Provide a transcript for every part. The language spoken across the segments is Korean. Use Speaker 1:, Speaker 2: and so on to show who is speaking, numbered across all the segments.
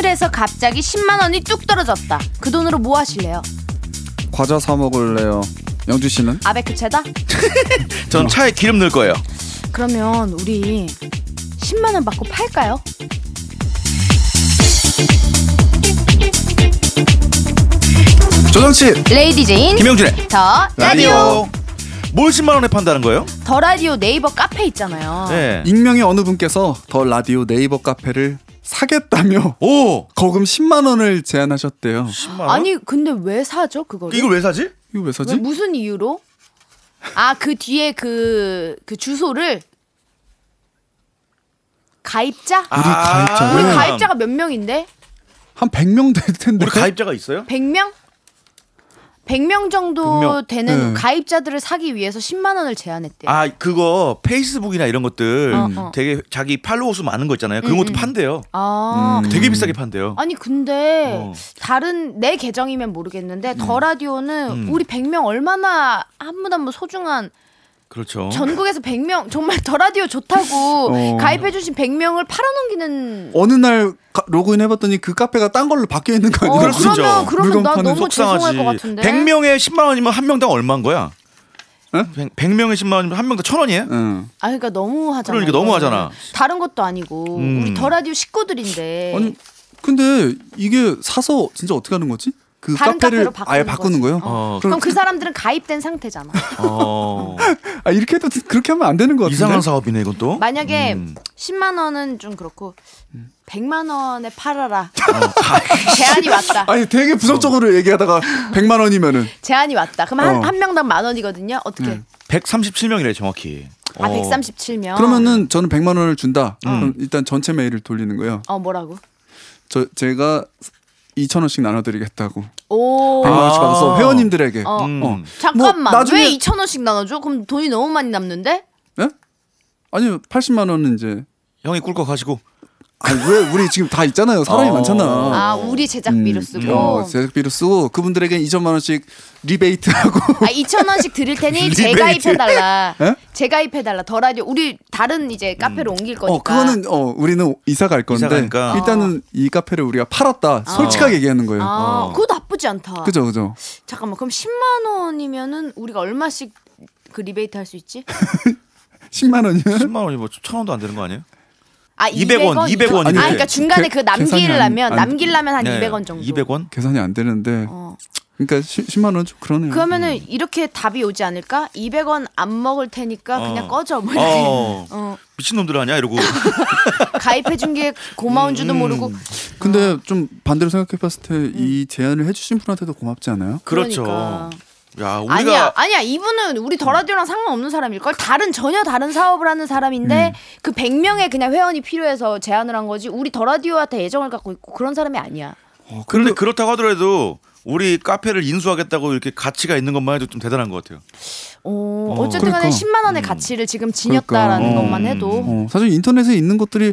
Speaker 1: 샵에서 갑자기 10만 원이 뚝 떨어졌다. 그 돈으로 뭐 하실래요?
Speaker 2: 과자 사 먹을래요. 영주 씨는?
Speaker 1: 아베크 체다?
Speaker 2: 음.
Speaker 3: 전 차에 기름 넣을 거예요.
Speaker 1: 그러면 우리 10만 원 받고 팔까요?
Speaker 2: 조정치
Speaker 1: 레이디 제인
Speaker 3: 김영준의 네.
Speaker 1: 더 라디오
Speaker 3: 뭘 10만 원에 판다는 거예요?
Speaker 1: 더 라디오 네이버 카페 있잖아요.
Speaker 3: 네.
Speaker 2: 익명의 어느 분께서 더 라디오 네이버 카페를 사겠다며
Speaker 3: 오
Speaker 2: 거금 10만 원을 제안하셨대요.
Speaker 3: 10만 원.
Speaker 1: 아니 근데 왜 사죠 그거를?
Speaker 3: 이걸 왜 사지?
Speaker 2: 이거 왜
Speaker 1: 왜,
Speaker 2: 사지?
Speaker 1: 무슨 이유로? 아 그 뒤에 그 그 주소를 가입자?
Speaker 2: 우리 가입자.
Speaker 1: 우리
Speaker 2: 아.
Speaker 1: 가입자가 몇 명인데?
Speaker 2: 한 100명 될 텐데.
Speaker 3: 우리 가입자가 있어요?
Speaker 1: 100명? 100명 정도
Speaker 3: 100명. 음.
Speaker 1: 되는
Speaker 2: 네.
Speaker 1: 가입자들을 사기 위해서 10만 원을 제안했대요.
Speaker 3: 아 그거 페이스북이나 이런 것들
Speaker 1: 네. 어, 어.
Speaker 3: 되게 자기 팔로워 수 많은 거 있잖아요. 그런 것도 판대요.
Speaker 1: 아.
Speaker 2: 음.
Speaker 3: 되게 비싸게 판대요.
Speaker 1: 아니 근데
Speaker 3: 음. 어.
Speaker 1: 다른 내 계정이면 모르겠는데 더 라디오는
Speaker 3: 음.
Speaker 1: 우리 100명 얼마나 한 분 한 분 소중한
Speaker 3: 그렇죠.
Speaker 1: 전국에서 100명 정말 더 라디오 좋다고
Speaker 2: 어.
Speaker 1: 가입해 주신 100명을 팔아넘기는
Speaker 2: 어느 날 가- 로그인 해봤더니 그 카페가 딴 걸로 바뀌어 있는 거
Speaker 1: 어,
Speaker 2: 아니에요?
Speaker 3: 그럴 수 있죠.
Speaker 1: 그러면 그러면 나
Speaker 2: 물건 파는
Speaker 1: 너무 죄송할
Speaker 3: 속상하지.
Speaker 1: 것 같은데.
Speaker 3: 100명에 10만 원이면 한 명당 얼마인 거야?
Speaker 2: 에?
Speaker 3: 100, 명에 10만 원이면 한 명당 천 원이에요?
Speaker 2: 응.
Speaker 1: 아 그러니까 너무 하잖아.
Speaker 3: 그러니까 너무 하잖아.
Speaker 1: 다른 것도 아니고
Speaker 3: 음.
Speaker 1: 우리 더 라디오 식구들인데.
Speaker 2: 아니 근데 이게 사서 진짜 어떻게 하는 거지? 그
Speaker 1: 다른
Speaker 2: 카페를
Speaker 1: 카페로 바꾸는
Speaker 2: 아예 바꾸는 거예요?
Speaker 3: 어.
Speaker 1: 그럼 그 사람들은 가입된 상태잖아.
Speaker 3: 어.
Speaker 2: 아 이렇게 해도 그렇게 하면 안 되는 거 같은데.
Speaker 3: 이상한 사업이네 이건 또.
Speaker 1: 만약에
Speaker 3: 음.
Speaker 1: 10만 원은 좀 그렇고 100만 원에 팔아라.
Speaker 3: 어,
Speaker 1: 제안이 왔다.
Speaker 2: 아니 되게 부정적으로 얘기하다가 100만 원이면은
Speaker 1: 제안이 왔다. 그럼 한,
Speaker 2: 어. 음.
Speaker 1: 한 명당 만 원이거든요. 어떻게?
Speaker 3: 137명이래 정확히.
Speaker 1: 아
Speaker 3: 어.
Speaker 1: 137명.
Speaker 2: 그러면은 저는 100만 원을 준다. 그럼 일단 전체 메일을 돌리는 거예요.
Speaker 1: 어 뭐라고?
Speaker 2: 저 제가 2천 원씩 나눠드리겠다고.
Speaker 1: 오.
Speaker 2: 100만 원씩 받아서 회원님들에게.
Speaker 1: 어.
Speaker 3: 음.
Speaker 2: 어.
Speaker 1: 잠깐만.
Speaker 2: 뭐 나중에-
Speaker 1: 왜 2천 원씩 나눠줘? 그럼 돈이 너무 많이 남는데?
Speaker 2: 예? 아니요 80만 원은 이제.
Speaker 3: 형이 꿀꺽하시고.
Speaker 2: 아니 왜 우리 지금 다 있잖아요. 사람이
Speaker 3: 어.
Speaker 2: 많잖아.
Speaker 1: 아 우리 제작비로
Speaker 2: 음,
Speaker 1: 쓰고.
Speaker 2: 어, 제작비로 쓰고 그분들에게 2천만 원씩 리베이트하고.
Speaker 1: 아 2천 원씩 드릴 테니 재가입해 달라.
Speaker 2: 에?
Speaker 1: 재가입해 달라. 더 라디오 우리 다른 이제 카페로 옮길 거니까.
Speaker 2: 어 그거는 어 우리는 이사 갈 건데
Speaker 3: 이사 가니까.
Speaker 2: 일단은 이 카페를 우리가 팔았다. 솔직하게 얘기하는 거예요.
Speaker 1: 아,
Speaker 3: 어.
Speaker 1: 그거 나쁘지 않다.
Speaker 2: 그죠 그죠.
Speaker 1: 잠깐만. 그럼 10만 원이면은 우리가 얼마씩 그 리베이트 할 수 있지?
Speaker 2: 10만 원이면
Speaker 3: 10만 원이 뭐천 원도 안 되는 거 아니에요?
Speaker 1: 아,
Speaker 3: 200 원, 200 원인데.
Speaker 1: 아, 그러니까 중간에 그
Speaker 2: 계- 계산이
Speaker 1: 남기려면
Speaker 2: 안- 안-
Speaker 1: 남기려면 한
Speaker 3: 네.
Speaker 1: 200원 정도.
Speaker 3: 200원?
Speaker 2: 계산이 안 되는데.
Speaker 1: 어.
Speaker 2: 그러니까 10, 만 원 좀 그러네요.
Speaker 1: 그러면은
Speaker 2: 음.
Speaker 1: 이렇게 답이 오지 않을까? 200원 안 먹을 테니까 그냥
Speaker 3: 어.
Speaker 1: 꺼져. 뭐 이렇게.
Speaker 3: 어.
Speaker 1: 어.
Speaker 3: 미친 놈들 아니야 이러고.
Speaker 1: 가입해 준 게 고마운
Speaker 2: 음,
Speaker 1: 줄도 모르고.
Speaker 2: 근데 좀 반대로 생각해 봤을 때 이 제안을 해주신 분한테도 고맙지 않아요?
Speaker 3: 그렇죠.
Speaker 1: 그러니까.
Speaker 3: 야 우리가
Speaker 1: 아니야, 아니야. 이분은 우리 더 라디오랑 상관없는 사람일 걸. 다른 전혀 다른 사업을 하는
Speaker 2: 음.
Speaker 1: 사람인데 그 100명의 그냥 회원이 필요해서 제안을 한 거지. 우리 더 라디오한테 애정을 갖고 있고 그런 사람이 아니야.
Speaker 3: 어, 그런데 그렇다고 하더라도 우리 카페를 인수하겠다고 이렇게 가치가 있는 것만 해도 좀 대단한 것 같아요.
Speaker 1: 어, 어쨌든 간에
Speaker 2: 그러니까.
Speaker 1: 10만 원의 가치를 지금 지녔다라는
Speaker 2: 그러니까.
Speaker 1: 것만 해도
Speaker 2: 어, 사실 인터넷에 있는 것들이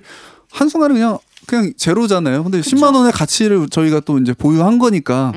Speaker 2: 한 순간에 그냥 그냥 제로잖아요. 근데 10만 원의 가치를 저희가 또 이제 보유한 거니까.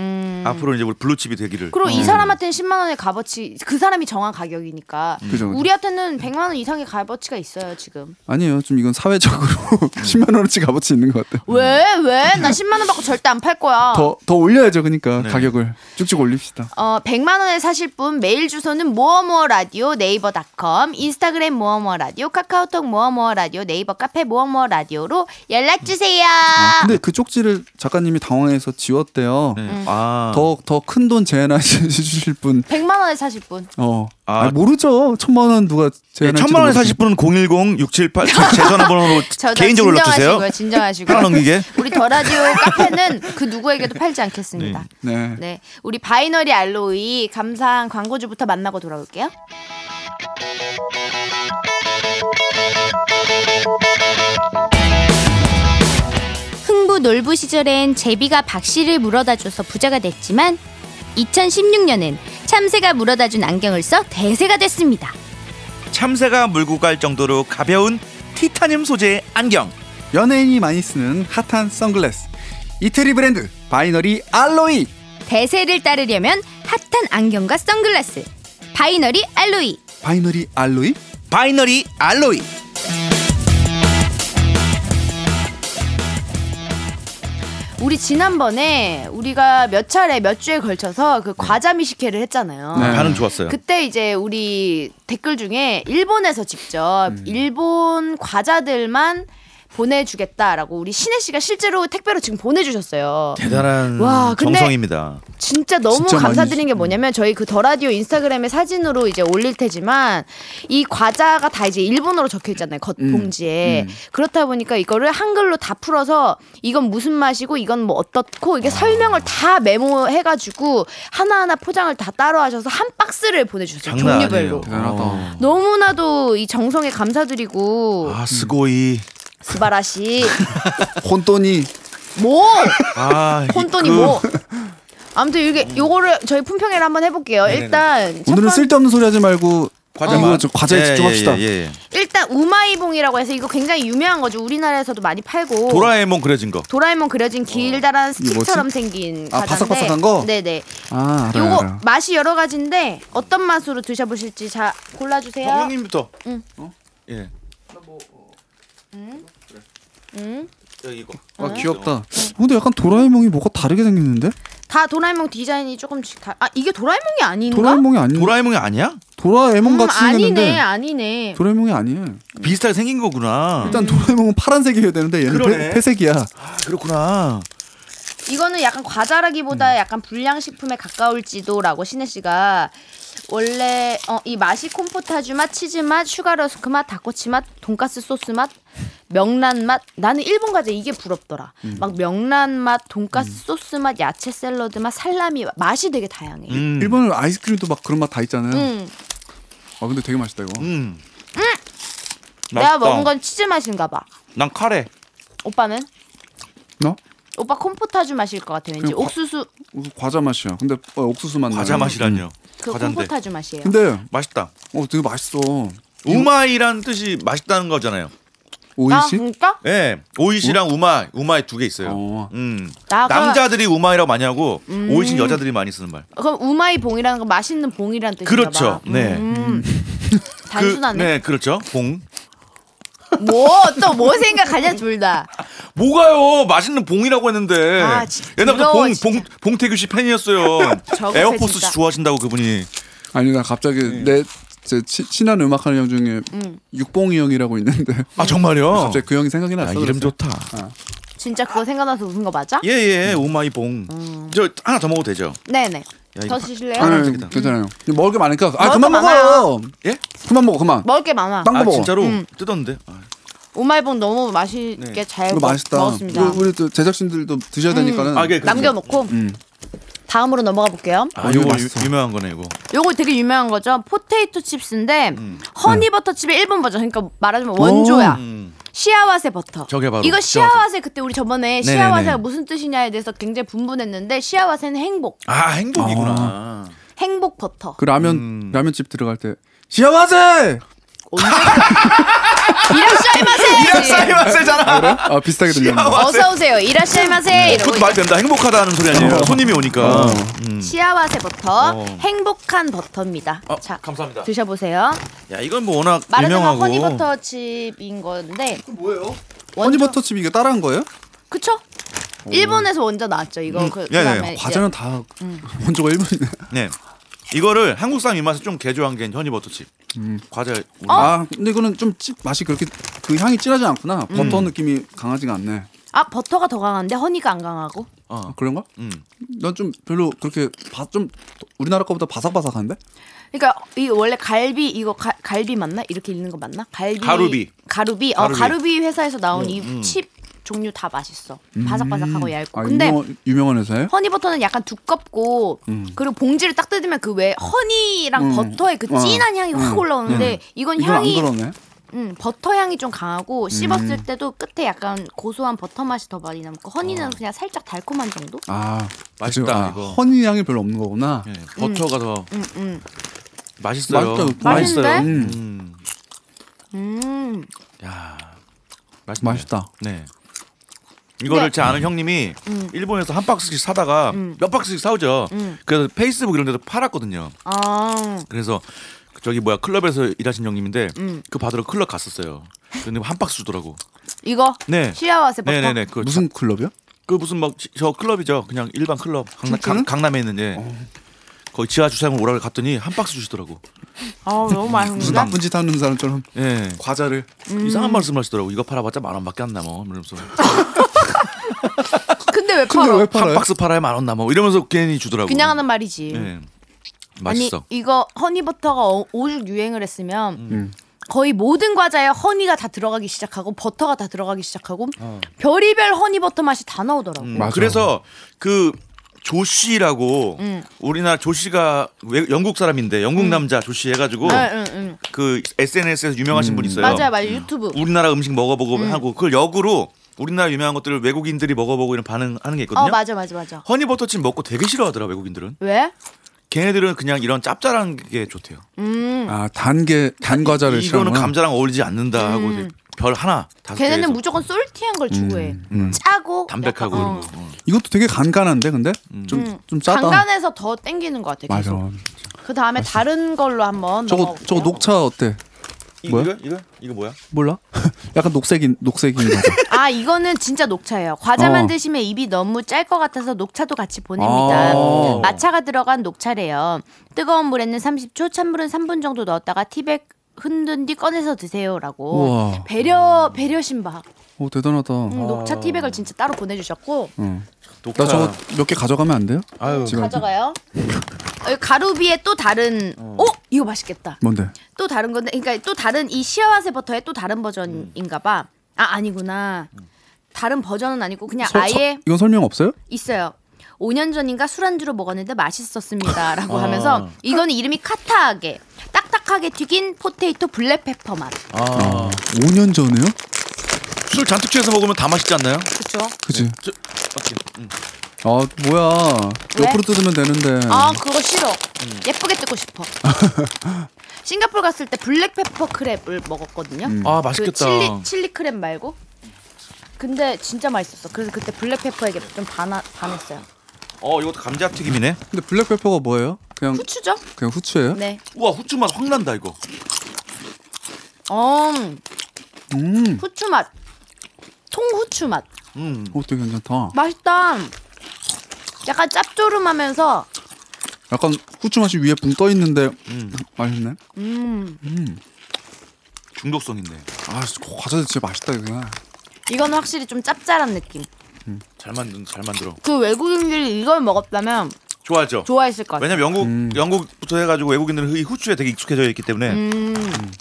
Speaker 3: 앞으로 이제 우리 블루칩이
Speaker 1: 음.
Speaker 3: 되기를. 어.
Speaker 1: 그리고
Speaker 2: 음.
Speaker 1: 이 사람한테는 10만 원의 값어치 그 사람이 정한 가격이니까
Speaker 2: 그죠, 그죠.
Speaker 1: 우리한테는 100만 원 이상의 값어치가 있어요 지금
Speaker 2: 아니에요. 좀 이건 사회적으로 10만 원어치 값어치 있는 것 같아요.
Speaker 1: 왜 왜 나 10만 원 받고 절대 안 팔 거야
Speaker 2: 더, 더 올려야죠. 그러니까
Speaker 3: 네.
Speaker 2: 가격을 쭉쭉 올립시다.
Speaker 1: 어 100만 원에 사실 분 메일 주소는 모어모어 라디오 네이버닷컴 인스타그램 모어모어 라디오 카카오톡 모어모어 라디오 네이버 카페 모어모어 라디오로 연락 주세요
Speaker 3: 아,
Speaker 2: 근데 그 쪽지를 작가님이 당황해서 지웠대요.
Speaker 3: 네.
Speaker 1: 음.
Speaker 3: 아.
Speaker 2: 더 더 큰 돈 제안해 주실 분.
Speaker 1: 100만 원에 사실 분
Speaker 2: 어.
Speaker 3: 아.
Speaker 2: 아, 모르죠. 천만 원 누가
Speaker 3: 네,
Speaker 2: 제안할지.
Speaker 3: 천만 원에 사실 분은 010 678 제 전화번호로
Speaker 1: 저도
Speaker 3: 개인적으로 연락 주세요.
Speaker 1: 진정하시고요 진정하시고
Speaker 3: 하나 넘기게.
Speaker 1: 우리 더 라디오 카페는 그 누구에게도 팔지 않겠습니다
Speaker 2: 네.
Speaker 1: 네, 우리 바이너리 알로이 감상 광고주부터 만나고 돌아올게요.
Speaker 4: 흥부 놀부 시절엔 제비가 박씨를 물어다줘서 부자가 됐지만 2016년엔 참새가 물어다준 안경을 써 대세가 됐습니다.
Speaker 3: 참새가 물고 갈 정도로 가벼운 티타늄 소재의 안경.
Speaker 2: 연예인이 많이 쓰는 핫한 선글라스. 이태리 브랜드 바이너리 알로이.
Speaker 4: 대세를 따르려면 핫한 안경과 선글라스, 바이너리 알로이.
Speaker 2: 바이너리 알로이?
Speaker 3: 바이너리 알로이.
Speaker 1: 우리 지난번에 우리가 몇 차례 몇 주에 걸쳐서
Speaker 3: 네.
Speaker 1: 그 과자 미식회를 했잖아요.
Speaker 2: 네.
Speaker 3: 반응 좋았어요.
Speaker 1: 그때 이제 우리 댓글 중에 일본에서 직접
Speaker 3: 음.
Speaker 1: 일본 과자들만 보내주겠다라고 우리 신혜 씨가 실제로 택배로 지금 보내주셨어요.
Speaker 3: 대단한
Speaker 1: 와, 근데-
Speaker 3: 정성입니다.
Speaker 1: 진짜 너무
Speaker 2: 진짜 많이
Speaker 1: 감사드린
Speaker 3: 음.
Speaker 1: 게 뭐냐면 저희 그 더 라디오 인스타그램에 사진으로 이제 올릴 테지만 이 과자가 다 이제 일본어로 적혀 있잖아요
Speaker 3: 음,
Speaker 1: 겉봉지에 그렇다 보니까 이거를 한글로 다 풀어서 이건 무슨 맛이고 이건 뭐 어떻고
Speaker 3: 아.
Speaker 1: 이게 설명을 다 메모해가지고 하나하나 포장을 다 따로 하셔서 한 박스를 보내주셨어요
Speaker 3: 장난
Speaker 1: 종류별로
Speaker 3: 아니에요.
Speaker 1: 어.
Speaker 2: 대단하다.
Speaker 1: 너무나도 이 정성에 감사드리고
Speaker 3: 아 스고이.
Speaker 1: 스바라시
Speaker 2: 혼돈이
Speaker 1: 뭐
Speaker 3: 아
Speaker 1: 혼돈이
Speaker 3: 그-
Speaker 1: 뭐 아무튼 이게 요거를 저희 품평회를 한번 해볼게요.
Speaker 3: 네네네.
Speaker 1: 일단 첫
Speaker 2: 오늘은
Speaker 1: 번-
Speaker 2: 쓸데없는 소리 하지 말고
Speaker 3: 과자
Speaker 1: 어.
Speaker 2: 이거
Speaker 3: 맛.
Speaker 2: 좀 과자에
Speaker 3: 예,
Speaker 2: 집중합시다.
Speaker 3: 예, 예, 예.
Speaker 1: 일단 우마이봉이라고 해서 이거 굉장히 유명한 거죠. 우리나라에도 많이 팔고
Speaker 3: 도라에몽 그려진 거.
Speaker 1: 에몽 그려진 길다란
Speaker 2: 어, 이게 뭐지?
Speaker 1: 스틱처럼 생긴
Speaker 2: 아,
Speaker 1: 과자인데
Speaker 2: 바삭바삭한 거?
Speaker 1: 네네.
Speaker 2: 아 알아요.
Speaker 1: 요거
Speaker 2: 알아요.
Speaker 1: 맛이 여러 가지인데 어떤 맛으로 드셔보실지 자
Speaker 2: 어,
Speaker 1: 골라주세요.
Speaker 3: 형, 형님부터.
Speaker 1: 응.
Speaker 3: 예.
Speaker 1: 응?
Speaker 3: 여기 이거.
Speaker 2: 아
Speaker 1: 음.
Speaker 2: 귀엽다. 근데 약간 도라에몽이 뭐가 다르게 생겼는데?
Speaker 1: 다 도라에몽 디자인이 조금씩 다. 아 이게 도라에몽이 아닌가?
Speaker 2: 도라에몽이 아니
Speaker 3: 도라에몽이 아니야?
Speaker 2: 도라에몽 같이
Speaker 1: 음, 아니네
Speaker 2: 생겼는데
Speaker 1: 아니네.
Speaker 2: 도라에몽이 아니에요.
Speaker 3: 비슷하게 생긴 거구나.
Speaker 1: 음.
Speaker 2: 일단 도라에몽은 파란색이어야 되는데 얘는
Speaker 3: 그러네.
Speaker 2: 회, 회색이야.
Speaker 3: 아, 그렇구나.
Speaker 1: 이거는 약간 과자라기보다
Speaker 3: 음.
Speaker 1: 약간 불량식품에 가까울지도라고 신혜 씨가 원래 어, 이 맛이 콤포타주 맛, 치즈 맛, 슈가러스크 맛, 닭꼬치 맛, 돈가스 소스 맛, 명란 맛. 나는 일본 과자 이게 부럽더라.
Speaker 3: 음.
Speaker 1: 막 명란 맛, 돈가스 소스 맛, 야채 샐러드 맛, 살라미 맛. 맛이 되게 다양해. 음.
Speaker 3: 음.
Speaker 2: 일본은 아이스크림도 막 그런 맛 다 있잖아요. 아 근데 되게 맛있다 이거.
Speaker 3: 음.
Speaker 1: 내가
Speaker 3: 맛있다.
Speaker 1: 먹은 건 치즈 맛인가 봐.
Speaker 3: 난 카레.
Speaker 1: 오빠는?
Speaker 2: 나?
Speaker 1: 오빠 콤포타주 맛일 것 같아. 왠지
Speaker 2: 그냥 과-
Speaker 1: 옥수수
Speaker 2: 이거 과자 맛이야. 근데 어, 옥수수 맛 나.
Speaker 3: 과자 맛이란요.
Speaker 1: 그
Speaker 3: 과자인데.
Speaker 1: 콤포타주 음. 맛이에요.
Speaker 2: 근데
Speaker 3: 맛있다.
Speaker 2: 어 되게 맛있어.
Speaker 3: 우마이란 뜻이 맛있다는 거잖아요.
Speaker 1: 아,
Speaker 2: 오이시?
Speaker 1: 진짜?
Speaker 3: 예. 오이시랑 우마이, 우마이 두 개 있어요.
Speaker 2: 어.
Speaker 3: 음.
Speaker 1: 나가-
Speaker 3: 남자들이 우마이라고 많이 하고
Speaker 1: 음.
Speaker 3: 오이시는 여자들이 많이 쓰는 말.
Speaker 1: 그럼 우마이 봉이라는 건 맛있는 봉이라는 뜻인가 봐.
Speaker 3: 그렇죠. 네.
Speaker 1: 음.
Speaker 3: 그,
Speaker 1: 단순하네.
Speaker 3: 네, 그렇죠. 봉.
Speaker 1: 뭐 또 뭐 생각하냐 둘 다.
Speaker 3: 뭐가요? 맛있는 봉이라고 했는데.
Speaker 1: 아, 진짜
Speaker 3: 옛날부터
Speaker 1: 부러워,
Speaker 3: 봉, 봉,
Speaker 1: 진짜.
Speaker 3: 봉태규 씨 팬이었어요.
Speaker 1: 저거
Speaker 3: 에어포스
Speaker 1: 진짜.
Speaker 3: 씨 좋아하신다고 그분이.
Speaker 2: 아니 나 갑자기
Speaker 3: 음.
Speaker 2: 내제 친한 음악하는 형 중에 육봉이 형이라고 있는데
Speaker 1: 네.
Speaker 3: 아, 정말요?
Speaker 2: 갑자기 그 형이 생각이
Speaker 3: 야,
Speaker 2: 났어. 그래서.
Speaker 3: 이름 좋다.
Speaker 1: 진짜 그거 생각나서 웃은 거 맞아?
Speaker 3: 예, 예. 우마이 봉.
Speaker 1: 음.
Speaker 3: 저 하나 더 먹어도 되죠?
Speaker 1: 네네.
Speaker 3: 야, 이거
Speaker 1: 더
Speaker 3: 바-
Speaker 1: 드실래요?
Speaker 2: 아니, 아니,
Speaker 3: 색이다.
Speaker 2: 네, 괜찮아요. 먹을 게 많으니까 아
Speaker 1: 먹을
Speaker 2: 그만
Speaker 1: 거
Speaker 2: 먹어요.
Speaker 3: 예?
Speaker 2: 그만 먹어 그만.
Speaker 1: 먹을 게 많아.
Speaker 2: 빵-
Speaker 3: 아,
Speaker 2: 먹어.
Speaker 3: 진짜로
Speaker 1: 음.
Speaker 3: 뜯었는데. 아,
Speaker 1: 우마이 봉 너무 맛있게
Speaker 3: 네.
Speaker 1: 잘
Speaker 2: 이거
Speaker 1: 먹,
Speaker 2: 맛있다.
Speaker 1: 먹었습니다. 음.
Speaker 2: 이거 우리 음. 또 제작진들도 드셔야 되니까는.
Speaker 3: 아, 예, 그렇죠.
Speaker 1: 남겨놓고 다음으로 넘어가 볼게요.
Speaker 3: 아,
Speaker 2: 어, 이거
Speaker 3: 이거
Speaker 2: 맛있어.
Speaker 3: 유- 유명한 거네, 이거.
Speaker 1: 요거 되게 유명한 거죠. 포테이토 칩스인데 허니버터 칩의 일본 버전. 그러니까 말하자면 원조야.
Speaker 3: 음.
Speaker 1: 시아와세 버터.
Speaker 3: 저게 바로
Speaker 1: 이거 시아와세 그때 우리 저번에
Speaker 3: 네네네.
Speaker 1: 시아와세가 무슨 뜻이냐에 대해서 굉장히 분분했는데 시아와세는 행복,
Speaker 3: 아, 행복이구나.
Speaker 1: 행복 버터.
Speaker 2: 그 라면
Speaker 3: 음.
Speaker 2: 라면집 들어갈 때 시아마세
Speaker 1: 이라시아이마세.
Speaker 3: 사이마세잖아.
Speaker 2: 아 비슷하게 들렸네.
Speaker 3: 시아와-
Speaker 1: 어서 오세요. 이라시아이마세. 이러고
Speaker 3: 그것도 말 된다. 행복하다는 소리 아니에요.
Speaker 2: 어.
Speaker 3: 손님이 오니까. 음.
Speaker 1: 시아와세 버터,
Speaker 3: 어.
Speaker 1: 행복한 버터입니다.
Speaker 3: 아,
Speaker 1: 자,
Speaker 3: 감사합니다.
Speaker 1: 드셔보세요.
Speaker 3: 야, 이건 뭐 워낙
Speaker 1: 마르자마
Speaker 3: 유명하고.
Speaker 1: 허니버터 칩인 건데.
Speaker 2: 뭐예요?
Speaker 1: 원조-
Speaker 2: 허니버터칩 이게 따라한 거예요?
Speaker 1: 그쵸? 일본에서 먼저 나왔죠. 이거 그,
Speaker 3: 예, 예.
Speaker 1: 그다음에 이제
Speaker 2: 과자는 다 원조가 일본이네.
Speaker 3: 네. 이거를 한국 사람 입맛에 좀 개조한 게 허니버터칩. 과자.
Speaker 1: 어?
Speaker 2: 아 근데 이거는 좀 찝, 맛이 그렇게 그 향이 진하지 않구나. 버터
Speaker 1: 음.
Speaker 2: 느낌이 강하지가 않네.
Speaker 1: 아 버터가 더 강한데 허니가 안 강하고.
Speaker 2: 아,
Speaker 3: 어.
Speaker 2: 그런가?
Speaker 3: 음.
Speaker 2: 난 좀 별로 그렇게 바, 좀 우리나라 거보다 바삭바삭한데?
Speaker 1: 그러니까 이 원래 갈비 이거 가- 갈비 맞나? 이렇게 읽는 거 맞나? 갈비
Speaker 3: 가루비.
Speaker 1: 가루비. 어
Speaker 3: 가루비.
Speaker 1: 가루비 회사에서 나온 이 칩 종류 다 맛있어. 바삭바삭하고 얇고.
Speaker 2: 아
Speaker 1: 근데
Speaker 2: 유명한, 유명한 회사예요?
Speaker 1: 허니버터는 약간 두껍고 그리고 봉지를 딱 뜯으면 그 왜 허니랑
Speaker 2: 음.
Speaker 1: 버터의 그
Speaker 2: 어.
Speaker 1: 진한 향이 확
Speaker 2: 음.
Speaker 1: 올라오는데 이건
Speaker 2: 이건 안
Speaker 1: 향이
Speaker 2: 그러네.
Speaker 1: 음, 버터 향이 좀 강하고
Speaker 2: 음.
Speaker 1: 씹었을 때도 끝에 약간 고소한 버터 맛이 더 많이 남고
Speaker 2: 어.
Speaker 1: 허니는 그냥 살짝 달콤한 정도?
Speaker 2: 아
Speaker 3: 맛있다,
Speaker 2: 그죠? 아,
Speaker 3: 이거.
Speaker 2: 허니 향이 별로 없는 거구나.
Speaker 3: 예, 버터가 더
Speaker 1: 음, 음.
Speaker 3: 맛있어요.
Speaker 2: 맛있다.
Speaker 1: 맛있는데?
Speaker 2: 음,
Speaker 3: 음.
Speaker 1: 음.
Speaker 3: 야. 맛있네.
Speaker 2: 맛있다.
Speaker 3: 네. 이거를
Speaker 1: 네. 음.
Speaker 3: 제 아는 형님이 일본에서 한 박스씩 사다가 몇 박스씩 사오죠. 그래서 페이스북 이런 데도 팔았거든요.
Speaker 1: 아.
Speaker 3: 그래서 저기 뭐야 클럽에서 일하신 형님인데
Speaker 1: 음.
Speaker 3: 그 받으러 클럽 갔었어요. 근데 한 박스 주더라고.
Speaker 1: 이거
Speaker 3: 네.
Speaker 1: 시아와세 버터.
Speaker 3: 네네네. 그
Speaker 2: 무슨 클럽이야?
Speaker 3: 그 무슨 막 저 클럽이죠. 그냥 일반 클럽 강남,
Speaker 2: 춤추는?
Speaker 3: 강남에 있는 예.
Speaker 2: 어.
Speaker 3: 거기 지하 주차장을 오라고 갔더니 한 박스 주시더라고.
Speaker 5: 아 너무
Speaker 2: 무슨
Speaker 5: 맛있는데.
Speaker 2: 나쁜 짓 하는 사람처럼
Speaker 3: 예.
Speaker 2: 과자를
Speaker 3: 이상한 말씀 하시더라고. 이거 팔아봤자 만 원밖에 안 남아. 이러면서
Speaker 1: 근데 왜
Speaker 2: 근데
Speaker 1: 팔아?
Speaker 2: 왜
Speaker 3: 한
Speaker 2: 팔아요?
Speaker 3: 박스 팔아야 만 원 남아. 이러면서 괜히 주더라고.
Speaker 1: 그냥 하는 말이지.
Speaker 3: 예. 맛있어. 음.
Speaker 1: 아니 이거 허니버터가 어- 오죽 유행을 했으면
Speaker 2: 음.
Speaker 1: 거의 모든 과자에 허니가 다 들어가기 시작하고 버터가 다 들어가기 시작하고 별의별 허니버터 맛이 다 나오더라고.
Speaker 3: 음,
Speaker 2: 맞아.
Speaker 3: 그래서 그 조씨라고
Speaker 1: 음.
Speaker 3: 우리나라 조씨가 외- 영국 사람인데 영국 남자 조씨 해가지고
Speaker 1: 아, 응, 응, 응.
Speaker 3: 그 SNS에서 유명하신
Speaker 2: 음.
Speaker 3: 분 있어요. 음.
Speaker 1: 맞아요, 맞아요. 유튜브.
Speaker 3: 우리나라 음식 먹어보고 하고 그걸 역으로 우리나라 유명한 것들을 외국인들이 먹어보고 이런 반응하는 게 있거든요.
Speaker 1: 어, 맞아, 맞아, 맞아.
Speaker 3: 허니버터칩 먹고 되게 싫어하더라 외국인들은.
Speaker 1: 왜?
Speaker 3: 걔네들은 그냥 이런 짭짤한 게 좋대요.
Speaker 1: 음.
Speaker 2: 아 단계 단 과자를
Speaker 3: 이거는
Speaker 2: 싫어하는구나.
Speaker 3: 감자랑 어울리지 않는다 하고 이제 별 하나 다섯 개.
Speaker 1: 음. 걔네는 무조건 솔티한
Speaker 2: 음,
Speaker 1: 걸 추구해. 짜고
Speaker 3: 담백하고
Speaker 1: 약간,
Speaker 3: 이런 거. 어.
Speaker 2: 이것도 되게 간간한데 근데
Speaker 3: 음.
Speaker 2: 좀 좀 짜다.
Speaker 1: 음. 간간해서 더 땡기는 것 같아.
Speaker 2: 맞아.
Speaker 1: 계속. 그 다음에 음. 다른 걸로 한번
Speaker 2: 저거
Speaker 1: 넘어가볼게요.
Speaker 2: 저거 녹차 어때?
Speaker 3: 이거
Speaker 2: 뭐야?
Speaker 3: 이거 이거 뭐야?
Speaker 2: 몰라? 약간 녹색인 녹색인 과자.
Speaker 1: 아 이거는 진짜 녹차예요. 과자만
Speaker 2: 어.
Speaker 1: 드시면 입이 너무 짤 것 같아서 녹차도 같이 보냅니다.
Speaker 2: 아.
Speaker 1: 마차가 들어간 녹차래요. 뜨거운 물에는 30초, 찬물은 3분 정도 넣었다가 티백 흔든 뒤 꺼내서 드세요라고.
Speaker 2: 우와.
Speaker 1: 배려 배려 신박.
Speaker 2: 오 대단하다.
Speaker 1: 음, 녹차 티백을 진짜 따로 보내주셨고
Speaker 2: 음.
Speaker 3: 녹차.
Speaker 2: 나 저거 몇 개 가져가면 안 돼요?
Speaker 3: 아유.
Speaker 2: 지금
Speaker 1: 가져가요. 어, 가루비에 또 다른 어. 이거 맛있겠다.
Speaker 2: 뭔데?
Speaker 1: 또 다른 건데 그러니까 또 다른 이 시아와세 버터의 또 다른 버전인가 봐. 아 아니구나. 다른 버전은 아니고 그냥
Speaker 2: 서- 서-
Speaker 1: 아예
Speaker 2: 이건 설명 없어요?
Speaker 1: 있어요. 5년 전인가 술안주로 먹었는데 맛있었습니다라고 하면서 이거는 이름이 카타하게 딱딱하게 튀긴 포테이토 블랙페퍼 맛.
Speaker 3: 아.
Speaker 2: 5년 전에요?
Speaker 3: 술 잔뜩 취해서 먹으면 다 맛있지 않나요?
Speaker 1: 그렇죠?
Speaker 2: 그치?
Speaker 3: 저, 어떻게? 음.
Speaker 2: 아 뭐야?
Speaker 1: 왜?
Speaker 2: 옆으로 뜯으면 되는데.
Speaker 1: 네? 아 그거 싫어. 예쁘게 뜯고 싶어. 싱가포르 갔을 때 블랙페퍼 크랩을 먹었거든요.
Speaker 3: 아
Speaker 1: 그
Speaker 3: 맛있겠다.
Speaker 1: 칠리 칠리 크랩 말고. 근데 진짜 맛있었어. 그래서 그때 블랙페퍼에게 좀 반하, 반했어요.
Speaker 3: 어 이것도 감자 튀김이네.
Speaker 2: 근데 블랙페퍼가 뭐예요? 그냥
Speaker 1: 후추죠?
Speaker 2: 그냥 후추예요?
Speaker 1: 네.
Speaker 3: 우와 후추 맛 확 난다 이거.
Speaker 1: 어,
Speaker 2: 음,
Speaker 1: 후추 맛. 통후추 맛.
Speaker 3: 음.
Speaker 2: 어, 되게 괜찮다.
Speaker 1: 맛있다. 약간 짭조름하면서
Speaker 2: 약간 후추 맛이 위에 붕 떠 있는데 맛있네.
Speaker 3: 중독성 있네.
Speaker 2: 아 과자도 진짜 맛있다 이거.
Speaker 1: 이건 확실히 좀 짭짤한 느낌.
Speaker 3: 잘 만든 잘 만들어.
Speaker 1: 그 외국인들이 이걸 먹었다면
Speaker 3: 좋아하죠.
Speaker 1: 좋아했을 것 같아.
Speaker 3: 왜냐면 영국 영국부터 해가지고 외국인들은 이 후추에 되게 익숙해져 있기 때문에
Speaker 1: 음.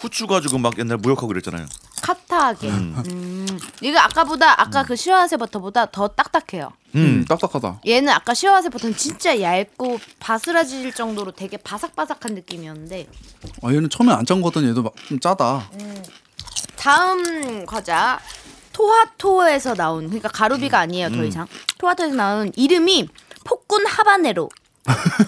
Speaker 3: 후추 가지고 막 옛날 무역하고 그랬잖아요.
Speaker 1: 카타하게. 음. 이거 아까보다 아까 그 시화세 버터보다 더 딱딱해요.
Speaker 2: 음, 딱딱하다.
Speaker 1: 얘는 아까 시화세 버터는 진짜 얇고 바스라질 정도로 되게 바삭바삭한 느낌이었는데
Speaker 2: 아 얘는 처음에 안 짠 거더니 얘도 막 좀 짜다.
Speaker 1: 네. 다음 과자 토하토에서 나온 그러니까
Speaker 3: 음.
Speaker 1: 가루비가 아니에요 더 이상 토하토에서 나온 이름이 폭군 하바네로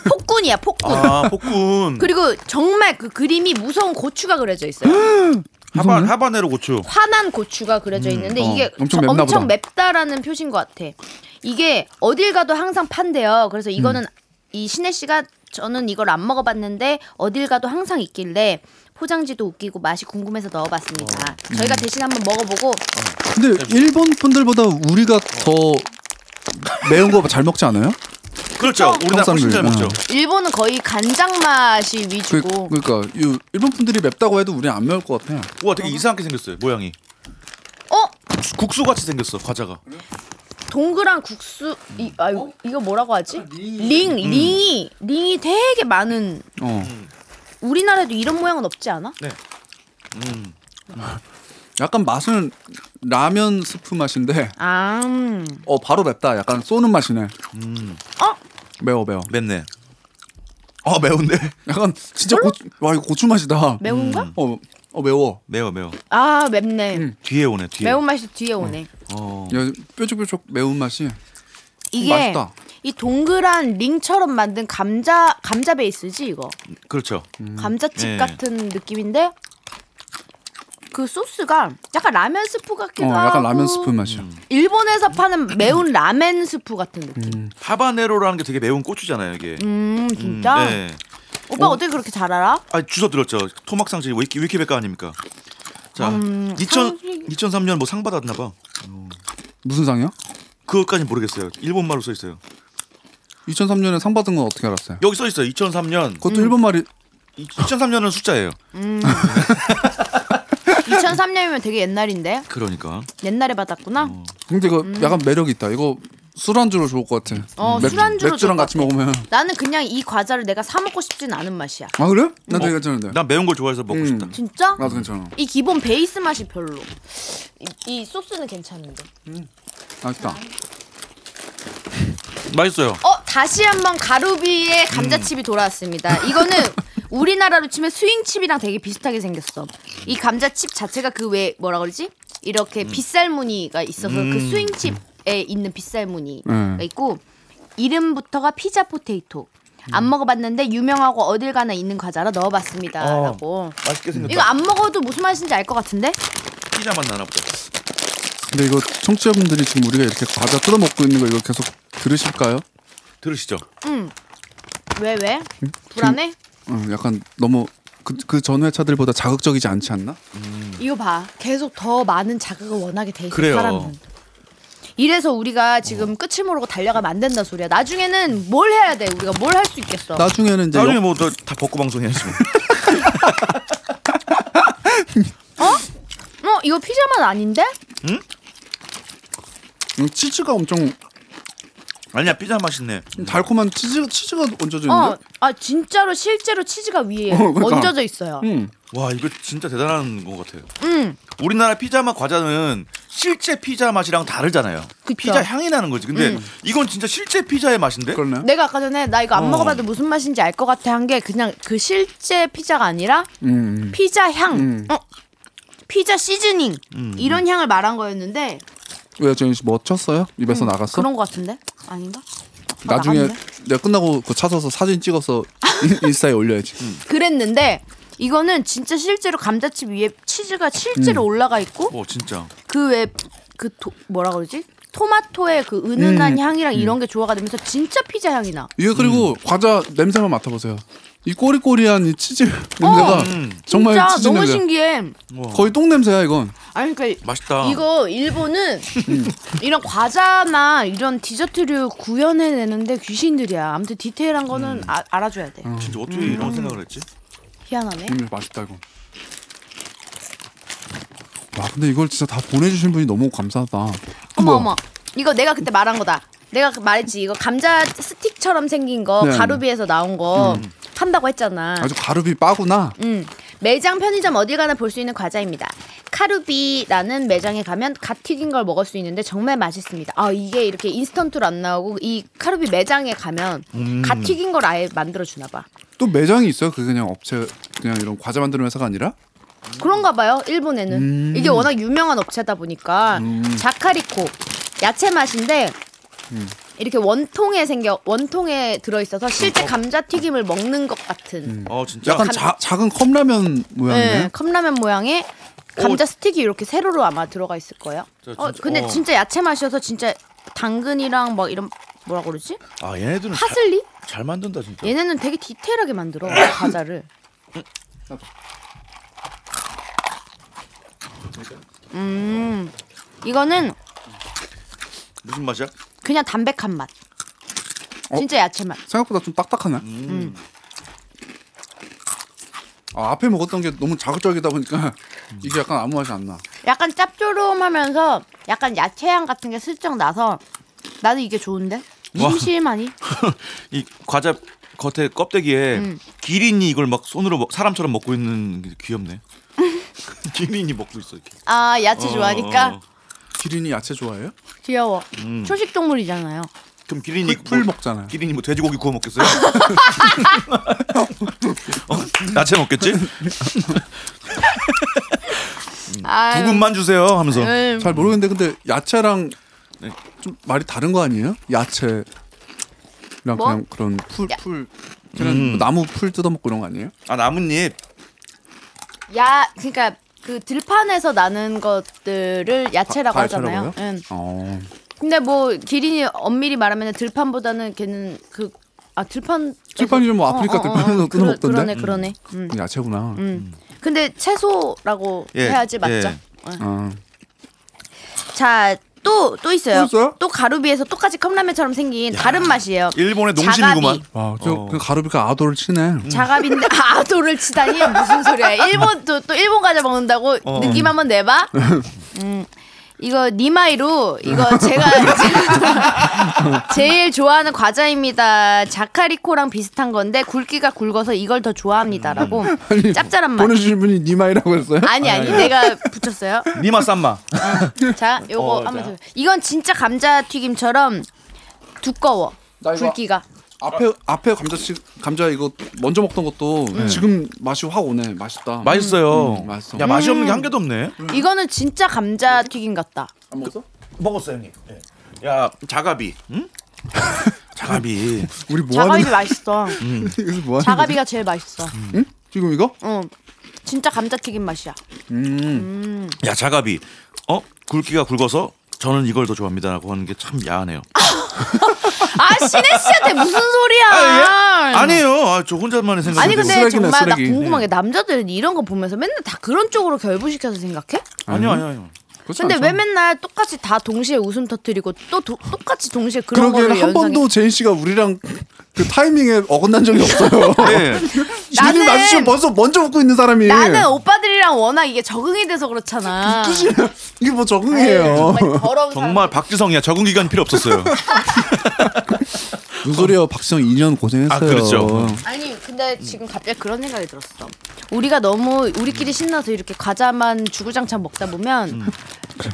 Speaker 1: 폭군이야 폭군
Speaker 3: 아 폭군
Speaker 1: 음. 그리고 정말 그 그림이 무서운 고추가 그려져 있어요
Speaker 3: 하바 하바네로 고추.
Speaker 1: 화난 고추가 그려져 있는데
Speaker 2: 어,
Speaker 1: 이게
Speaker 2: 엄청
Speaker 1: 저-
Speaker 2: 맵나
Speaker 1: 엄청
Speaker 2: 보다.
Speaker 1: 맵다라는 표시인 것 같아 이게 어딜 가도 항상 판대요 그래서
Speaker 2: 음.
Speaker 1: 이거는 이 신혜 씨가 저는 이걸 안 먹어봤는데 어딜 가도 항상 있길래 포장지도 웃기고 맛이 궁금해서 넣어봤습니다 저희가
Speaker 2: 음.
Speaker 1: 대신 한번 먹어보고
Speaker 2: 근데 일본 분들보다 우리가 더 매운 거 잘 먹지 않아요?
Speaker 3: 그렇죠. 우리나라 훨씬
Speaker 2: 깜짝이야.
Speaker 3: 잘 먹죠.
Speaker 1: 음. 일본은 거의 간장 맛이
Speaker 2: 그,
Speaker 1: 위주고
Speaker 2: 그러니까 이 일본 분들이 맵다고 해도 우리 안 매울 것 같아.
Speaker 3: 우와 되게 이상하게 생겼어요 모양이.
Speaker 2: 그
Speaker 1: 어
Speaker 3: 국수 같이 생겼어 과자가.
Speaker 1: 동그란 국수 이, 아 이거, 이거 뭐라고 하지
Speaker 2: 음.
Speaker 1: 링 링이 링이 되게 많은
Speaker 2: 어,
Speaker 1: 우리나라에도 이런 모양은 없지 않아
Speaker 3: 네. 음.
Speaker 2: 약간 맛은 라면 스프 맛인데
Speaker 1: 아
Speaker 2: 어 바로 맵다. 약간 쏘는 맛이네.
Speaker 1: 어?
Speaker 2: 매워 매워.
Speaker 3: 맵네. 어 매운데.
Speaker 2: 약간 진짜 고추 와 이거 고추 맛이다.
Speaker 1: 매운가
Speaker 2: 어, 어 매워.
Speaker 3: 매워 매워.
Speaker 1: 아 맵네
Speaker 2: 음,
Speaker 3: 뒤에 오네 뒤에.
Speaker 1: 매운 맛이 뒤에 오네
Speaker 3: 어.
Speaker 2: 야, 뾰족뾰족 매운 맛이. 어,
Speaker 1: 이게
Speaker 2: 맛있다.
Speaker 1: 이 동그란 링처럼 만든 감자 감자 베이스지 이거
Speaker 3: 그렇죠.
Speaker 1: 음.
Speaker 2: 음,
Speaker 1: 감자칩
Speaker 3: 예.
Speaker 1: 같은 느낌인데 그 소스가 약간 라면 스프 같기도
Speaker 2: 어
Speaker 1: 하고
Speaker 2: 약간 라면 스프 맛이야.
Speaker 1: 음. 일본에서 파는 매운 라멘 스프 같은 느낌.
Speaker 2: 음.
Speaker 3: 하바네로라는 게 되게 매운 고추잖아요 이게.
Speaker 1: 음,
Speaker 3: 음,
Speaker 1: 진짜?
Speaker 3: 네.
Speaker 1: 오빠 어. 떻게 그렇게 잘 알아?
Speaker 3: 아 주소 들었죠. 토막상 지 위키 위키백과 아닙니까.
Speaker 1: 음,
Speaker 3: 자, 2000, 2003년 뭐 상 받았나 뭐 봐.
Speaker 2: 무슨 상이야?
Speaker 3: 그것까진 모르겠어요. 일본말로 써 있어요.
Speaker 2: 2003년에 상 받은 건 어떻게 알았어요?
Speaker 3: 여기 써 있어요. 2003년.
Speaker 1: 음.
Speaker 2: 그것도 일본 말이
Speaker 3: 2003년은 숫자예요.
Speaker 1: 2003년이면 되게 옛날인데
Speaker 3: 그러니까.
Speaker 1: 옛날에 받았구나.
Speaker 2: 근데 이거 약간 매력 있다. 이거 술안주로 좋을 것 같아.
Speaker 1: 음. 어,
Speaker 2: 맥-
Speaker 1: 술안주로 좋을
Speaker 2: 맥주랑 같이 먹으면.
Speaker 1: 나는 그냥 이 과자를 내가 사 먹고 싶진 않은 맛이야.
Speaker 2: 아 그래? 난 되게
Speaker 3: 어,
Speaker 2: 괜찮은데.
Speaker 3: 난 매운 걸 좋아해서 먹고
Speaker 2: 음.
Speaker 3: 싶다.
Speaker 1: 진짜?
Speaker 2: 나도 괜찮아.
Speaker 1: 이 기본 베이스 맛이 별로. 이, 이 소스는 괜찮은데.
Speaker 2: 맛있다.
Speaker 3: 맛있어요.
Speaker 1: 어 다시 한번 가루비의
Speaker 2: 음.
Speaker 1: 감자칩이 돌아왔습니다. 이거는 우리나라로 치면 스윙칩이랑 되게 비슷하게 생겼어. 이 감자칩 자체가 그 왜 뭐라 그러지? 이렇게
Speaker 2: 음.
Speaker 1: 빗살 무늬가 있어서 그 스윙칩에 있는 빗살 무늬가
Speaker 2: 음.
Speaker 1: 있고 이름부터가 피자 포테이토. 안
Speaker 2: 음.
Speaker 1: 먹어봤는데 유명하고 어딜 가나 있는 과자라
Speaker 3: 어.
Speaker 1: 넣어봤습니다라고.
Speaker 3: 맛있게
Speaker 1: 아,
Speaker 3: 생겼다.
Speaker 1: 이거 안 먹어도 무슨 맛인지 알 것 같은데?
Speaker 3: 피자 맛 나나 보다.
Speaker 2: 근데 이거 청취자분들이 지금 우리가 이렇게 과자 뜯어 먹고 있는 거 이거 계속 들으실까요?
Speaker 3: 들으시죠.
Speaker 1: 네, 왜 왜?
Speaker 2: 음?
Speaker 1: 불안해?
Speaker 2: 어, 약간 너무 그, 그 전회 차들보다 자극적이지 않지 않나?
Speaker 1: 이거 봐. 계속 더 많은 자극을 원하게 돼 있어
Speaker 3: 그래요.
Speaker 1: 사람은. 이래서 우리가
Speaker 2: 어.
Speaker 1: 지금 끝을 모르고 달려가면 안 된다 소리야. 나중에는 뭘 해야 돼? 우리가 뭘 할 수 있겠어?
Speaker 2: 나중에는 이제
Speaker 3: 나중에
Speaker 2: 역-
Speaker 3: 뭐 다 벗고 방송해야지. 뭐.
Speaker 1: 어 이거 피자만 아닌데?
Speaker 2: 음, 치즈가 엄청
Speaker 3: 아니야 피자 맛있네.
Speaker 2: 달콤한 치즈 치즈가 얹어져
Speaker 1: 어,
Speaker 2: 있는데.
Speaker 1: 아 진짜로 실제로 치즈가 위에
Speaker 2: 뭐? 어, 그러니까.
Speaker 1: 얹어져 있어요.
Speaker 2: 음.
Speaker 3: 와 이거 진짜 대단한 것 같아요.
Speaker 1: 음.
Speaker 3: 우리나라 피자 맛 과자는 실제 피자 맛이랑 다르잖아요.
Speaker 1: 그쵸. 음.
Speaker 3: 피자 향이 나는 거지. 근데 이건 진짜 실제 피자의 맛인데.
Speaker 2: 그러네.
Speaker 1: 내가 아까 전에 나 이거 안
Speaker 3: 어.
Speaker 1: 먹어봐도 무슨 맛인지 알 것 같아 한 게 그냥 그 실제 피자가 아니라
Speaker 2: 음.
Speaker 1: 피자 향,
Speaker 2: 음.
Speaker 1: 어, 피자 시즈닝 이런 향을 말한 거였는데
Speaker 2: 왜 정현 씨뭐 쳤어요? 입에서 나갔어?
Speaker 1: 음, 그런 거 같은데 아닌가? 아,
Speaker 2: 나중에
Speaker 1: 나갔네.
Speaker 2: 내가 끝나고 그 찾아서 사진 찍어서 인- 인스타에 올려야지.
Speaker 3: 음.
Speaker 1: 그랬는데 이거는 진짜 실제로 감자칩 위에 치즈가
Speaker 2: 음.
Speaker 1: 실제로 올라가 있고
Speaker 2: 뭐.
Speaker 3: 어 진짜.
Speaker 1: 그 외에 그 도- 뭐라 그러지? 토마토의 그
Speaker 2: 음.
Speaker 1: 은은한 향이랑 이런 게 조화가 되면서 진짜 피자 향이 나.
Speaker 2: 이게
Speaker 3: 음.
Speaker 2: 그리고 과자 냄새만 맡아보세요. 이 꼬리꼬리한 이 치즈 냄새가 정말
Speaker 1: 어, 진짜
Speaker 2: 치즈
Speaker 1: 너무
Speaker 2: 냄새.
Speaker 1: 신기해.
Speaker 3: 음. 우와.
Speaker 2: 거의 똥 냄새야 이건.
Speaker 1: 아니 그러니까
Speaker 3: 맛있다.
Speaker 1: 이거 일본은
Speaker 2: 음.
Speaker 1: 이런 과자나 이런 디저트류 구현해내는데 귀신들이야. 아무튼 디테일한 거는
Speaker 2: 음.
Speaker 1: 아- 알아줘야 돼.
Speaker 3: 진짜 어떻게
Speaker 1: 음.
Speaker 3: 이런 생각을 했지?
Speaker 1: 희한하네.
Speaker 2: 음, 맛있다 이건. 와 근데 이걸 진짜 다 보내주신 분이 너무 감사하다.
Speaker 1: 어머
Speaker 2: 뭐야?
Speaker 1: 어머 이거 내가 그때 말한 거다 내가 그 말했지 이거 감자 스틱처럼 생긴 거
Speaker 2: 네, 음.
Speaker 1: 가루비에서 나온 거 판다고 했잖아
Speaker 2: 아주 가루비 빠구나.
Speaker 1: 음. 매장 편의점 어딜 가나 볼 수 있는 과자입니다 카루비라는 매장에 가면 갓 튀긴 걸 먹을 수 있는데 정말 맛있습니다 아 이게 이렇게 인스턴트로 안 나오고 이 카루비 매장에 가면
Speaker 2: 음.
Speaker 1: 갓 튀긴 걸 아예 만들어 주나 봐
Speaker 2: 또 매장이 있어요. 그 그냥 업체 그냥 이런 과자 만드는 회사가 아니라.
Speaker 1: 그런가 봐요 일본에는 이게 워낙 유명한 업체다 보니까 자카리코 야채 맛인데 이렇게 원통에 생겨 원통에 들어 있어서 실제 감자 튀김을 먹는 것 같은
Speaker 3: 어 진짜.
Speaker 2: 약간 자, 작은 컵라면 모양이네.
Speaker 1: 네, 컵라면 모양의 감자 스틱이 이렇게 세로로 아마 들어가 있을 거예요.
Speaker 3: 저
Speaker 1: 어,
Speaker 3: 진짜-
Speaker 1: 근데
Speaker 3: 어.
Speaker 1: 진짜 야채 맛이어서 진짜 당근이랑 막 이런 뭐라 그러지?
Speaker 3: 아 얘네들은 잘-
Speaker 1: 파슬리?
Speaker 3: 잘, 만든다 진짜.
Speaker 1: 얘네는 되게 디테일하게 만들어 과자를. 음, 이거는
Speaker 3: 무슨 맛이야?
Speaker 1: 그냥 담백한 맛.
Speaker 3: 어?
Speaker 1: 진짜 야채 맛.
Speaker 2: 생각보다 좀 딱딱하네.
Speaker 1: 음.
Speaker 2: 아, 앞에 먹었던 게 너무 자극적이다 보니까 이게 약간 아무 맛이 안 나.
Speaker 1: 약간 짭조름하면서 약간 야채향 같은 게 슬쩍 나서 나는 이게 좋은데
Speaker 3: 와.
Speaker 1: 심심하니?
Speaker 3: 이 과자 겉에 껍데기에
Speaker 1: 음.
Speaker 3: 기린이 이걸 막 손으로 먹- 사람처럼 먹고 있는 게 귀엽네. 기린이 먹고 있어 이렇게.
Speaker 1: 아 야채
Speaker 3: 어,
Speaker 1: 좋아하니까
Speaker 3: 어. 음.
Speaker 2: 기린이 야채 좋아해요?
Speaker 1: 귀여워. 초식 동물이잖아요.
Speaker 3: 그럼
Speaker 1: 음.
Speaker 3: 기린이
Speaker 2: 풀- 풀 먹잖아요.
Speaker 3: 기린이 뭐 돼지고기 구워 먹겠어요? 어, 야채 먹겠지?
Speaker 1: 아유.
Speaker 3: 두근만 주세요 하면서
Speaker 1: 음. 네.
Speaker 2: 잘 모르겠는데 근데 야채랑 좀 말이 다른 거 아니에요? 야채랑
Speaker 1: 뭐?
Speaker 2: 그냥 그런 풀
Speaker 1: 야.
Speaker 2: 풀. 그냥 뭐 나무 풀 뜯어 먹고 이런 거 아니에요?
Speaker 3: 아 나뭇잎
Speaker 1: 야, 그러니까 그 들판에서 나는 것들을 야채라고
Speaker 2: 다
Speaker 1: 하잖아요. 음.
Speaker 2: 야채라고요?
Speaker 1: 응.
Speaker 2: 어.
Speaker 1: 근데 뭐 기린이 엄밀히 말하면 들판보다는 걔는 그 아 들판 어,
Speaker 2: 들판이 좀뭐 아프리카 들판에서 끊어
Speaker 1: 그러-
Speaker 2: 먹던데?
Speaker 1: 그러네 그러네. 음.
Speaker 2: 야채구나.
Speaker 1: 음. 근데 채소라고
Speaker 3: 예,
Speaker 1: 해야지 맞죠?
Speaker 3: 예.
Speaker 1: 어.
Speaker 2: 아,
Speaker 1: 자 또 또 있어요.
Speaker 2: 또 있어요?
Speaker 1: 또 가루비에서 똑같이 컵라면처럼 생긴 다른 맛이에요.
Speaker 3: 일본의
Speaker 1: 자가비.
Speaker 3: 농심이구만.
Speaker 2: 와, 저
Speaker 3: 어.
Speaker 2: 그 가루비가 아도를 치네.
Speaker 1: 자갑인데 아, 아도를 치다니 무슨 소리야? 일본 또, 또 일본 과자 먹는다고
Speaker 3: 어.
Speaker 1: 느낌 한번 내봐. 음. 이거 니마이로 이거 제가 제일 좋아하는 과자입니다. 자카리코랑 비슷한 건데 굵기가 굵어서 이걸 더 좋아합니다라고
Speaker 2: 음. 아니,
Speaker 1: 짭짤한 맛.
Speaker 2: 보내주신 분이 니마이라고 했어요?
Speaker 1: 아니 아니 내가 붙였어요.
Speaker 3: 니마 쌈마.
Speaker 1: 자, 요거
Speaker 3: 어,
Speaker 1: 한번
Speaker 3: 자.
Speaker 1: 더. 이건 진짜 감자 튀김처럼 두꺼워.
Speaker 2: 나 이거-
Speaker 1: 굵기가.
Speaker 2: 앞에 앞에 감자 치, 감자 이거 먼저 먹던 것도 지금 맛이 확 오네. 네. 맛있다.
Speaker 3: 맛있어요.
Speaker 2: 음, 맛있어.
Speaker 3: 야 맛이 없는 게 한 개도 없네.
Speaker 2: 음.
Speaker 1: 이거는 진짜 감자 튀김 같다.
Speaker 2: 안 먹었어?
Speaker 3: 먹었어요 형님. 네. 야 자가비. 응? 자가비.
Speaker 2: 우리 뭐 하는
Speaker 1: 자가비
Speaker 2: 거야?
Speaker 1: 맛있어.
Speaker 2: 여기서 뭐 하는 거야?
Speaker 1: 자가비가 제일 맛있어.
Speaker 2: 응? 지금 이거?
Speaker 1: 응. 어. 진짜 감자 튀김 맛이야.
Speaker 3: 야 자가비. 어 굵기가 굵어서 저는 이걸 더 좋아합니다라고 하는 게 참 야하네요.
Speaker 1: 아, 신혜 씨한테 무슨 소리야?
Speaker 3: 아, 예? 아니에요. 아, 저 혼자만의 생각.
Speaker 1: 아니 근데
Speaker 2: 쓰레기네,
Speaker 1: 정말
Speaker 2: 쓰레기. 예.
Speaker 1: 나 궁금한 게 남자들은 이런 거 보면서 맨날 다 그런 쪽으로 결부시켜서 생각해?
Speaker 3: 아니요 아니요 아니요.
Speaker 2: 그렇지
Speaker 1: 근데
Speaker 2: 않죠.
Speaker 1: 왜 맨날 똑같이 다 동시에 웃음 터뜨리고 또 도- 똑같이 동시에 그런
Speaker 2: 그러게
Speaker 1: 거를
Speaker 2: 한
Speaker 1: 연상해?
Speaker 2: 번도 제인 씨가 우리랑 그 타이밍에 어긋난 적이 없어요.
Speaker 3: 네.
Speaker 2: 나는
Speaker 1: 나는-
Speaker 2: 마주치면 벌써 먼저 웃고 있는 사람이. 아.
Speaker 1: 나는 오빠들이랑 워낙 이게 적응이 돼서 그렇잖아.
Speaker 2: 이게 뭐
Speaker 1: 아유,
Speaker 2: 적응이에요.
Speaker 1: 정말 더러운
Speaker 3: 정말 박지성이야 적응 기간 필요 없었어요.
Speaker 2: 무슨 소리야? 박시영 2년 고생했어요.
Speaker 3: 아, 그렇죠.
Speaker 1: 사람. 아니 근데 지금 갑자기 그런 생각이 들었어. 우리가 너무 우리끼리 신나서 이렇게 과자만 주구장창 먹다 보면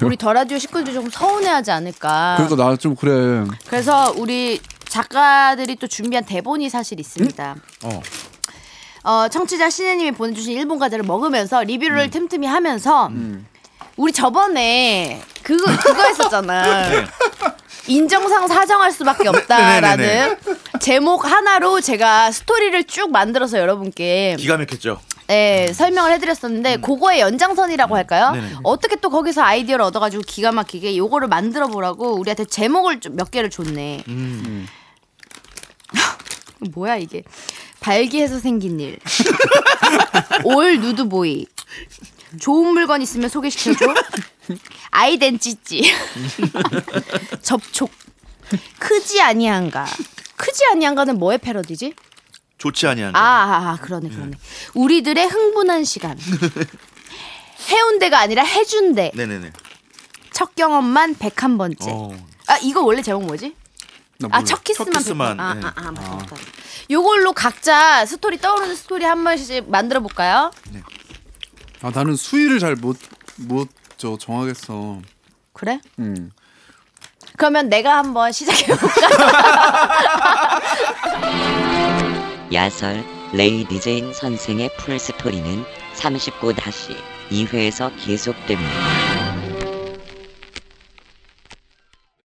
Speaker 1: 우리 더 라디오 식구들이 조금 서운해하지 않을까.
Speaker 2: 그러니까 나 좀 그래.
Speaker 1: 그래서 우리 작가들이 또 준비한 대본이 사실 있습니다.
Speaker 3: 어.
Speaker 1: 어, 청취자 신혜님이 보내주신 일본 과자를 먹으면서 리뷰를
Speaker 3: 음.
Speaker 1: 틈틈이 하면서 우리 저번에 그거 그거 했었잖아. 인정상 사정할 수밖에 없다라는
Speaker 3: 네네네네.
Speaker 1: 제목 하나로 제가 스토리를 쭉 만들어서 여러분께
Speaker 3: 기가 막혔죠.
Speaker 1: 예, 설명을 해드렸었는데 그거의 연장선이라고 할까요?
Speaker 3: 음. 네네.
Speaker 1: 어떻게 또 거기서 아이디어를 얻어가지고 기가 막히게 요거를 만들어 보라고 우리한테 제목을 좀 몇 개를 줬네.
Speaker 3: 음.
Speaker 1: 뭐야 이게 발기해서 생긴 일. 올 누드보이. 좋은 물건 있으면 소개시켜줘. 아이덴티티. 접촉. 크지 아니한가. 크지 아니한가는 뭐의 패러디지?
Speaker 3: 좋지 아니한.
Speaker 1: 아,
Speaker 3: 거.
Speaker 1: 아, 아,
Speaker 3: 예.
Speaker 1: 그러네 그러네. 우리들의 흥분한 시간. 해운대가 아니라 해준대.
Speaker 3: 네네네.
Speaker 1: 첫 경험만 101번째.
Speaker 3: 어.
Speaker 1: 아, 이거 원래 제목 뭐지?
Speaker 2: 나 몰라.
Speaker 1: 아, 첫 키스만.
Speaker 3: 첫 키스만,
Speaker 1: 100번. 아,
Speaker 3: 네.
Speaker 1: 아, 아, 맞다, 맞다. 요걸로 각자 스토리 떠오르는 스토리 한 번씩 만들어 볼까요?
Speaker 2: 아 나는 수위를 잘 못 못 저 정하겠어.
Speaker 1: 그래?
Speaker 2: 음.
Speaker 1: 그러면 내가 한번 시작해 볼까?
Speaker 5: 야설 레이디 제인 선생의 풀스토리는 39-2회에서 계속됩니다.